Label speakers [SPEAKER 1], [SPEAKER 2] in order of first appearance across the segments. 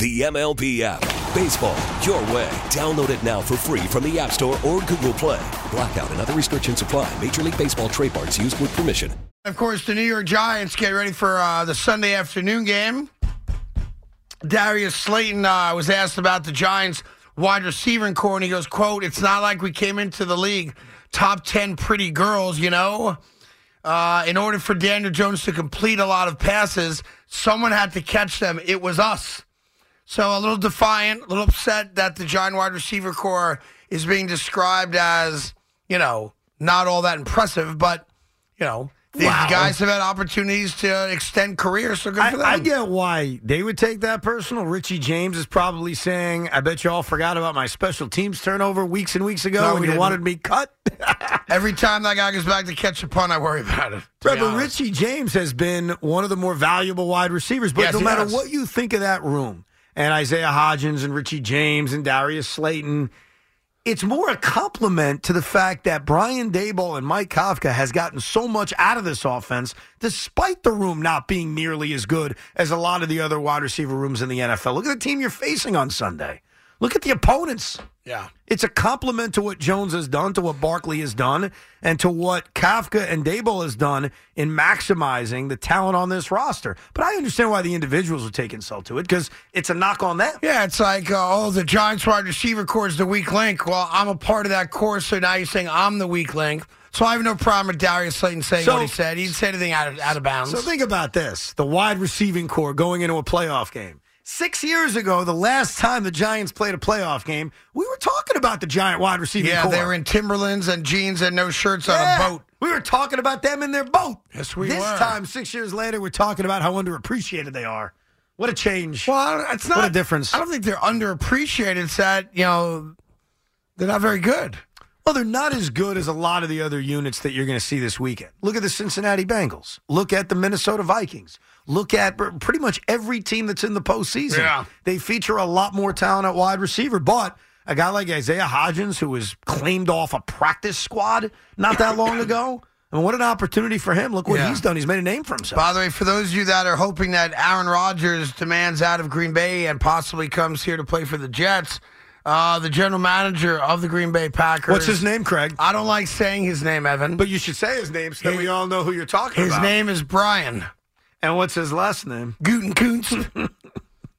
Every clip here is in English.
[SPEAKER 1] The MLB app. Baseball, your way. Download it now for free from the App Store or Google Play. Blackout and other restrictions apply. Major League Baseball trademarks used with permission.
[SPEAKER 2] Of course, the New York Giants get ready for uh, the Sunday afternoon game. Darius Slayton uh, was asked about the Giants wide receiving core, and he goes, quote, it's not like we came into the league top 10 pretty girls, you know? Uh, in order for Daniel Jones to complete a lot of passes, someone had to catch them. It was us. So a little defiant, a little upset that the Giant wide receiver core is being described as, you know, not all that impressive, but, you know, these
[SPEAKER 3] Wow.
[SPEAKER 2] guys have had opportunities to extend careers, so good for them.
[SPEAKER 3] I, I get why they would take that personal. Richie James is probably saying, "I bet you all forgot about my special teams turnover weeks and weeks ago
[SPEAKER 2] No,
[SPEAKER 3] when
[SPEAKER 2] we
[SPEAKER 3] you
[SPEAKER 2] didn't.
[SPEAKER 3] wanted me cut."
[SPEAKER 2] Every time that guy goes back to catch a punt, I worry about it. to be
[SPEAKER 3] Remember,
[SPEAKER 2] honest.
[SPEAKER 3] Richie James has been one of the more valuable wide receivers. But
[SPEAKER 2] Yes,
[SPEAKER 3] no
[SPEAKER 2] he
[SPEAKER 3] matter
[SPEAKER 2] has.
[SPEAKER 3] what you think of that room, and Isaiah Hodgins and Richie James and Darius Slayton, it's more a compliment to the fact that Brian Dayball and Mike Kafka has gotten so much out of this offense, despite the room not being nearly as good as a lot of the other wide receiver rooms in the NFL. Look at the team you're facing on Sunday. Look at the opponents.
[SPEAKER 2] Yeah.
[SPEAKER 3] It's a compliment to what Jones has done, to what Barkley has done, and to what Kafka and Dable has done in maximizing the talent on this roster. But I understand why the individuals would take insult to it because it's a knock on them.
[SPEAKER 2] Yeah, it's like, uh, oh, the Giants wide receiver core is the weak link. Well, I'm a part of that core, so now you're saying I'm the weak link. So I have no problem with Darius Slayton saying
[SPEAKER 3] So-
[SPEAKER 2] what he said. He didn't say anything out of, out of bounds.
[SPEAKER 3] So think about this: the wide receiving core going into a playoff game. Six years ago, the last time the Giants played a playoff game, we were talking about the Giant wide receiving
[SPEAKER 2] yeah,
[SPEAKER 3] core.
[SPEAKER 2] they were in Timberlands and jeans and no shirts
[SPEAKER 3] Yeah.
[SPEAKER 2] on a boat.
[SPEAKER 3] We were talking about them in their boat.
[SPEAKER 2] Yes, we
[SPEAKER 3] this
[SPEAKER 2] were.
[SPEAKER 3] time, six years later, we're talking about how underappreciated they are. What a change.
[SPEAKER 2] Well, I don't- it's not
[SPEAKER 3] What a difference.
[SPEAKER 2] I don't think they're underappreciated. It's that you know they're not very good.
[SPEAKER 3] Well, they're not as good as a lot of the other units that you're going to see this weekend. Look at the Cincinnati Bengals. Look at the Minnesota Vikings. Look at pr- pretty much every team that's in the postseason.
[SPEAKER 2] Yeah.
[SPEAKER 3] They feature a lot more talent at wide receiver, but a guy like Isaiah Hodgins, who was claimed off a practice squad not that long ago, I mean, what an opportunity for him. Look what
[SPEAKER 2] Yeah.
[SPEAKER 3] he's done. He's made a name for himself.
[SPEAKER 2] By the way, for those of you that are hoping that Aaron Rodgers demands out of Green Bay and possibly comes here to play for the Jets, uh, the general manager of the Green Bay Packers.
[SPEAKER 3] What's his name, Craig?
[SPEAKER 2] I don't like saying his name, Evan.
[SPEAKER 3] But you should say his name so that we all know who you're talking
[SPEAKER 2] his
[SPEAKER 3] about.
[SPEAKER 2] name is Brian
[SPEAKER 3] and what's his last name?
[SPEAKER 2] Gutenkunz.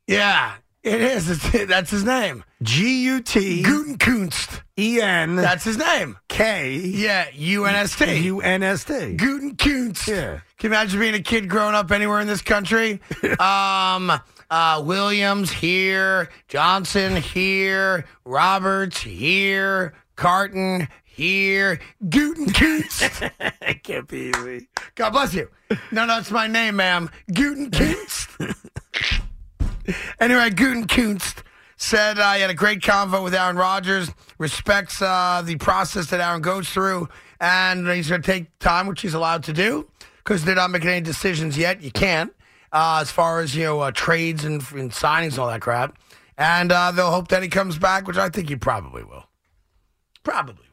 [SPEAKER 2] yeah, it is. It's, that's his name.
[SPEAKER 3] G U T
[SPEAKER 2] Gutenkunz.
[SPEAKER 3] E N
[SPEAKER 2] That's his name.
[SPEAKER 3] K
[SPEAKER 2] Yeah, U N S T.
[SPEAKER 3] U N S T.
[SPEAKER 2] Gutenkunz.
[SPEAKER 3] Yeah.
[SPEAKER 2] Can you imagine being a kid growing up anywhere in this country? um, uh, Williams here, Johnson here, Roberts here, Carton here, Gutenkunst.
[SPEAKER 3] It can't be easy.
[SPEAKER 2] God bless you. No, no, it's my name, ma'am. Gutenkunst. anyway, Gutenkunst said uh, he had a great convo with Aaron Rodgers, respects uh, the process that Aaron goes through, and he's going to take time, which he's allowed to do, because they're not making any decisions yet. You can't, uh, as far as, you know, uh, trades and, and signings and all that crap. And uh, they'll hope that he comes back, which I think he probably will. Probably will.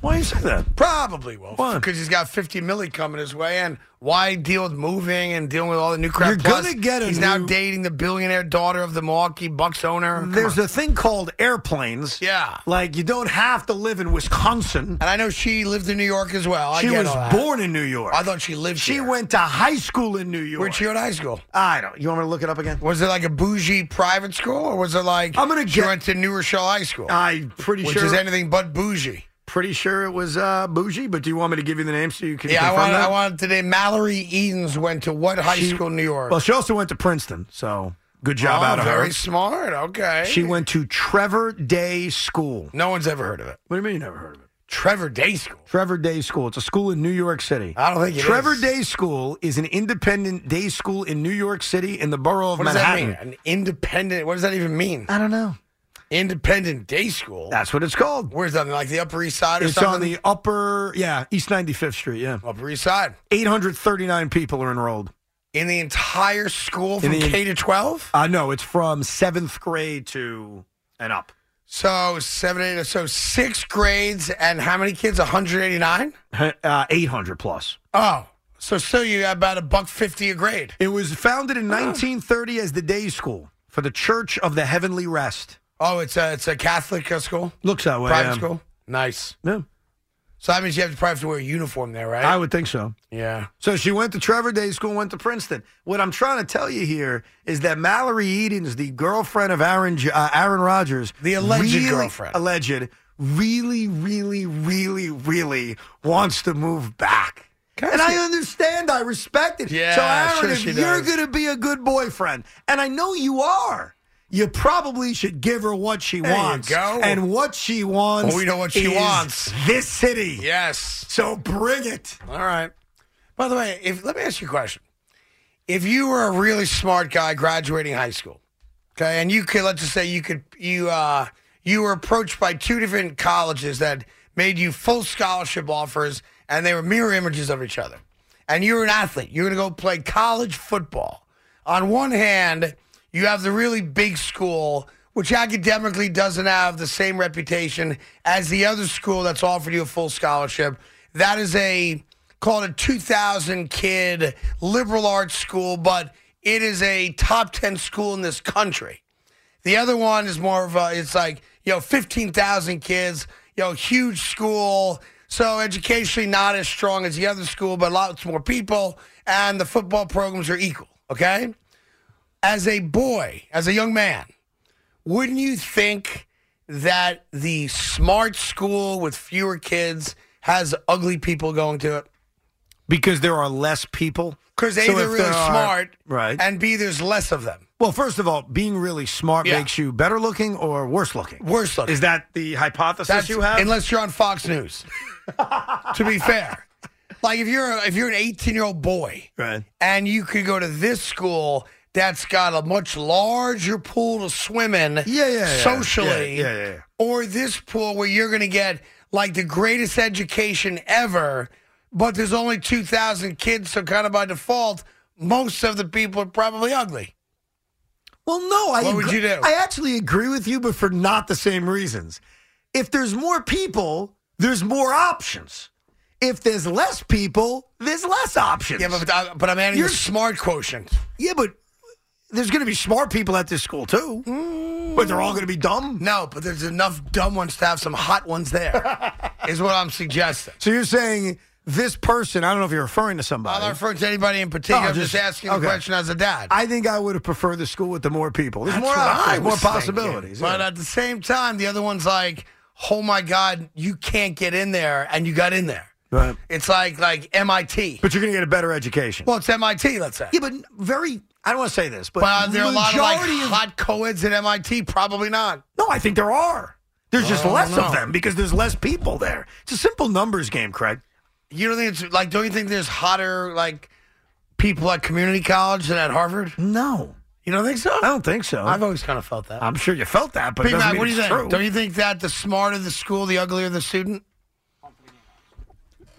[SPEAKER 3] Why do you say that?
[SPEAKER 2] Probably will.
[SPEAKER 3] Why?
[SPEAKER 2] Because he's got 50 milli coming his way, and why deal with moving and dealing with all the new crap?
[SPEAKER 3] You're
[SPEAKER 2] Plus,
[SPEAKER 3] gonna get a
[SPEAKER 2] He's now
[SPEAKER 3] new-
[SPEAKER 2] dating the billionaire daughter of the Milwaukee Bucks owner. Come
[SPEAKER 3] There's
[SPEAKER 2] on.
[SPEAKER 3] a thing called airplanes.
[SPEAKER 2] Yeah.
[SPEAKER 3] Like you don't have to live in Wisconsin.
[SPEAKER 2] and I know she lived in New York as well. I
[SPEAKER 3] She
[SPEAKER 2] get
[SPEAKER 3] was
[SPEAKER 2] all that.
[SPEAKER 3] born in New York.
[SPEAKER 2] I thought she lived.
[SPEAKER 3] she
[SPEAKER 2] here.
[SPEAKER 3] went to high school in New York.
[SPEAKER 2] Where'd she go to high school?
[SPEAKER 3] I don't. You want me to look it up again?
[SPEAKER 2] Was it like a bougie private school, or was it like
[SPEAKER 3] I'm gonna
[SPEAKER 2] she
[SPEAKER 3] get-
[SPEAKER 2] went to New Rochelle High School,
[SPEAKER 3] I'm pretty
[SPEAKER 2] which
[SPEAKER 3] sure.
[SPEAKER 2] is anything but bougie?
[SPEAKER 3] Pretty sure it was uh, Bougie, but do you want me to give you the name so you can?
[SPEAKER 2] Yeah, I
[SPEAKER 3] confirm
[SPEAKER 2] wanted,
[SPEAKER 3] that?
[SPEAKER 2] I wanted today. Mallory Edens went to what high
[SPEAKER 3] She-
[SPEAKER 2] school in New York?
[SPEAKER 3] Well, she also went to Princeton, so good job
[SPEAKER 2] Oh,
[SPEAKER 3] out of
[SPEAKER 2] very
[SPEAKER 3] her.
[SPEAKER 2] smart. Okay.
[SPEAKER 3] She went to Trevor Day School.
[SPEAKER 2] No one's ever heard of it.
[SPEAKER 3] What do you mean you never heard of it?
[SPEAKER 2] Trevor Day School.
[SPEAKER 3] Trevor Day School. It's a school in New York City.
[SPEAKER 2] I don't think it
[SPEAKER 3] Trevor
[SPEAKER 2] is.
[SPEAKER 3] Day School is an independent day school in New York City in the borough of
[SPEAKER 2] What does that
[SPEAKER 3] Manhattan.
[SPEAKER 2] mean? An independent. What does that even mean?
[SPEAKER 3] I don't know.
[SPEAKER 2] Independent Day School.
[SPEAKER 3] That's what it's called.
[SPEAKER 2] Where's that? Like the Upper East Side or
[SPEAKER 3] It's on
[SPEAKER 2] something?
[SPEAKER 3] the upper, yeah, East 95th Street, yeah.
[SPEAKER 2] Upper East Side.
[SPEAKER 3] 839 people are enrolled.
[SPEAKER 2] In the entire school from
[SPEAKER 3] the-
[SPEAKER 2] K to 12?
[SPEAKER 3] Uh, no, it's from seventh grade to and up.
[SPEAKER 2] So seven, eight, so six grades and how many kids? 189?
[SPEAKER 3] Uh, 800 plus.
[SPEAKER 2] Oh, so still you have about a buck 50 a grade.
[SPEAKER 3] It was founded in 1930 as the day school for the Church of the Heavenly Rest.
[SPEAKER 2] Oh, it's a, it's a Catholic uh, school?
[SPEAKER 3] Looks that way.
[SPEAKER 2] private
[SPEAKER 3] Oh, yeah.
[SPEAKER 2] school? Nice.
[SPEAKER 3] Yeah,
[SPEAKER 2] So that means you have to probably have to wear a uniform there, right?
[SPEAKER 3] I would think so.
[SPEAKER 2] yeah.
[SPEAKER 3] So she went to Trevor Day School, went to Princeton. What I'm trying to tell you here is that Mallory Edens, the girlfriend of Aaron J- uh, Aaron Rodgers,
[SPEAKER 2] The alleged
[SPEAKER 3] really-
[SPEAKER 2] girlfriend.
[SPEAKER 3] alleged, really, really, really, really wants to move back.
[SPEAKER 2] Can I
[SPEAKER 3] and
[SPEAKER 2] ask
[SPEAKER 3] I
[SPEAKER 2] you-
[SPEAKER 3] understand. I respect it.
[SPEAKER 2] Yeah,
[SPEAKER 3] so Aaron,
[SPEAKER 2] sure
[SPEAKER 3] if
[SPEAKER 2] she
[SPEAKER 3] you're
[SPEAKER 2] does.
[SPEAKER 3] going to be a good boyfriend, and I know you are. You probably should give her what she
[SPEAKER 2] There you
[SPEAKER 3] wants.
[SPEAKER 2] go.
[SPEAKER 3] And what she wants.
[SPEAKER 2] Well, we know what she
[SPEAKER 3] is
[SPEAKER 2] wants.
[SPEAKER 3] This city.
[SPEAKER 2] Yes.
[SPEAKER 3] So bring it.
[SPEAKER 2] All right. By the way, if let me ask you a question. If you were a really smart guy graduating high school, okay, and you could let's just say you could you uh you were approached by two different colleges that made you full scholarship offers and they were mirror images of each other. And you're an athlete. You're gonna go play college football. On one hand, you have the really big school which academically doesn't have the same reputation as the other school that's offered you a full scholarship. That is a called a 2000 kid liberal arts school, but it is a top 10 school in this country. The other one is more of a, it's like, you know, 15,000 kids, you know, huge school. So educationally not as strong as the other school, but lots more people, and the football programs are equal, okay? As a boy, as a young man, wouldn't you think that the smart school with fewer kids has ugly people going to it?
[SPEAKER 3] Because there are less people.
[SPEAKER 2] Because
[SPEAKER 3] So
[SPEAKER 2] A, they're
[SPEAKER 3] if
[SPEAKER 2] really
[SPEAKER 3] there are-
[SPEAKER 2] smart,
[SPEAKER 3] right?
[SPEAKER 2] and B, there's less of them.
[SPEAKER 3] well, first of all, being really smart
[SPEAKER 2] Yeah.
[SPEAKER 3] makes you better looking or worse looking.
[SPEAKER 2] Worse looking.
[SPEAKER 3] Is that the hypothesis you have?
[SPEAKER 2] Unless you're on Fox News. to be fair, like if you're a, if you're an 18 year old boy,
[SPEAKER 3] Right.
[SPEAKER 2] and you could go to this school that's got a much larger pool to swim in,
[SPEAKER 3] yeah, yeah.
[SPEAKER 2] socially,
[SPEAKER 3] Yeah, yeah, yeah.
[SPEAKER 2] or this pool where you're going to get like the greatest education ever, but there's only 2,000 kids, so kind of by default, most of the people are probably ugly.
[SPEAKER 3] well, no. I
[SPEAKER 2] What would
[SPEAKER 3] agree-
[SPEAKER 2] you do?
[SPEAKER 3] I actually agree with you, but for not the same reasons. If there's more people, there's more options. If there's less people, there's less options.
[SPEAKER 2] Yeah, but I- but I'm adding
[SPEAKER 3] You're-
[SPEAKER 2] the smart quotient.
[SPEAKER 3] yeah, but there's going to be smart people at this school too. But they're all going to be dumb.
[SPEAKER 2] No, but there's enough dumb ones to have some hot ones there, is what I'm suggesting.
[SPEAKER 3] So you're saying this person? I don't know if you're referring to
[SPEAKER 2] I'm
[SPEAKER 3] somebody.
[SPEAKER 2] not referring to anybody in particular.
[SPEAKER 3] No,
[SPEAKER 2] I'm just
[SPEAKER 3] just-
[SPEAKER 2] asking
[SPEAKER 3] okay.
[SPEAKER 2] the question as a dad.
[SPEAKER 3] I think I would have preferred the school with the more people. There's more
[SPEAKER 2] That's what I
[SPEAKER 3] options, more
[SPEAKER 2] was thinking.
[SPEAKER 3] possibilities.
[SPEAKER 2] But
[SPEAKER 3] yeah.
[SPEAKER 2] at the same time, the other one's like, oh my God, you can't get in there, and you got in there.
[SPEAKER 3] Right.
[SPEAKER 2] It's like like MIT.
[SPEAKER 3] But you're going to get a better education.
[SPEAKER 2] Well, it's MIT, let's say.
[SPEAKER 3] yeah, but very. I don't want to say this, but,
[SPEAKER 2] But uh, there are a lot of like
[SPEAKER 3] majority
[SPEAKER 2] hot co-eds at MIT. Probably not.
[SPEAKER 3] No, I think there are. There's just
[SPEAKER 2] I don't
[SPEAKER 3] less
[SPEAKER 2] know.
[SPEAKER 3] of them because there's less people there. It's a simple numbers game, Craig.
[SPEAKER 2] You don't think it's like? Don't you think there's hotter like people at community college than at Harvard?
[SPEAKER 3] No,
[SPEAKER 2] You don't think so?
[SPEAKER 3] I don't think so.
[SPEAKER 2] I've always kind of felt that.
[SPEAKER 3] I'm sure you felt that, but it
[SPEAKER 2] Big
[SPEAKER 3] doesn't
[SPEAKER 2] Mac,
[SPEAKER 3] mean
[SPEAKER 2] what do you
[SPEAKER 3] it's
[SPEAKER 2] think?
[SPEAKER 3] true.
[SPEAKER 2] Don't you think that the smarter the school, the uglier the student?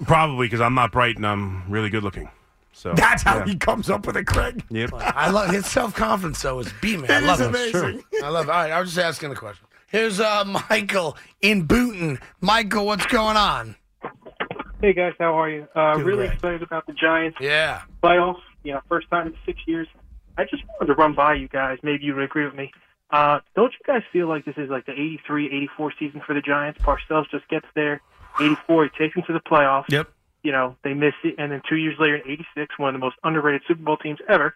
[SPEAKER 4] Probably because I'm not bright and I'm really good looking. So
[SPEAKER 3] That's how
[SPEAKER 4] yeah.
[SPEAKER 3] he comes up with it, Craig.
[SPEAKER 4] Yep.
[SPEAKER 2] I love his self confidence though is beaming. I
[SPEAKER 3] It
[SPEAKER 2] love
[SPEAKER 3] is
[SPEAKER 2] it.
[SPEAKER 3] amazing.
[SPEAKER 2] I love it. All right, I was just asking the question. Here's uh, Michael in Booton. Michael, what's going on?
[SPEAKER 5] Hey guys, how are you? Uh,
[SPEAKER 2] Doing
[SPEAKER 5] really
[SPEAKER 2] great.
[SPEAKER 5] excited about the Giants
[SPEAKER 2] Yeah.
[SPEAKER 5] playoffs. You know, first time in six years. I just wanted to run by you guys. Maybe you would agree with me. Uh, don't you guys feel like this is like the 83, 84 season for the Giants? Parcells just gets there. 84, he takes them to the playoffs.
[SPEAKER 3] Yep.
[SPEAKER 5] You know, they miss it. And then two years later in 86, one of the most underrated Super Bowl teams ever,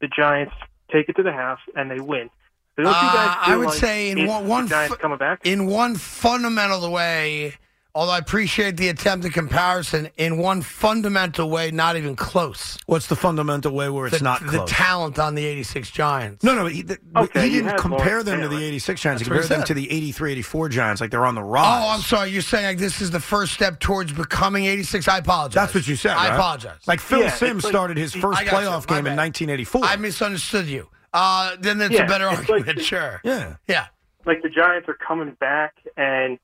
[SPEAKER 5] the Giants take it to the house and they win. So don't you
[SPEAKER 2] Uh,
[SPEAKER 5] guys feel
[SPEAKER 2] I would
[SPEAKER 5] like
[SPEAKER 2] say in
[SPEAKER 5] it's
[SPEAKER 2] one, one
[SPEAKER 5] the Giants
[SPEAKER 2] fu-
[SPEAKER 5] coming back?
[SPEAKER 2] in one fundamental way,
[SPEAKER 3] Although I appreciate the attempt at comparison in one fundamental way, not even close.
[SPEAKER 2] What's the fundamental way where it's
[SPEAKER 3] the,
[SPEAKER 2] not
[SPEAKER 3] the
[SPEAKER 2] close?
[SPEAKER 3] talent on the '86 Giants.
[SPEAKER 2] no, no, he, the,
[SPEAKER 5] Okay,
[SPEAKER 2] he
[SPEAKER 5] you
[SPEAKER 2] didn't
[SPEAKER 5] had
[SPEAKER 2] compare
[SPEAKER 5] Lawrence
[SPEAKER 2] them to the
[SPEAKER 5] Taylor.
[SPEAKER 2] 86 Giants. He
[SPEAKER 3] That's what he
[SPEAKER 2] compared
[SPEAKER 3] said.
[SPEAKER 2] them to the 83, 84 Giants, like they're on the rise.
[SPEAKER 3] Oh, I'm sorry. You're saying like this is the first step towards becoming '86. I apologize.
[SPEAKER 2] That's what you said.
[SPEAKER 3] I
[SPEAKER 2] right?
[SPEAKER 3] apologize.
[SPEAKER 2] Like Phil
[SPEAKER 5] Yeah,
[SPEAKER 2] Simms
[SPEAKER 5] it's like-
[SPEAKER 2] started his first
[SPEAKER 3] I gotcha,
[SPEAKER 2] playoff
[SPEAKER 3] my
[SPEAKER 2] game in
[SPEAKER 3] bad.
[SPEAKER 2] 1984.
[SPEAKER 3] I misunderstood you. Uh, then that's
[SPEAKER 5] Yeah,
[SPEAKER 3] a better
[SPEAKER 5] it's like-
[SPEAKER 3] argument. sure.
[SPEAKER 2] yeah.
[SPEAKER 3] Yeah.
[SPEAKER 5] like the Giants are coming back, and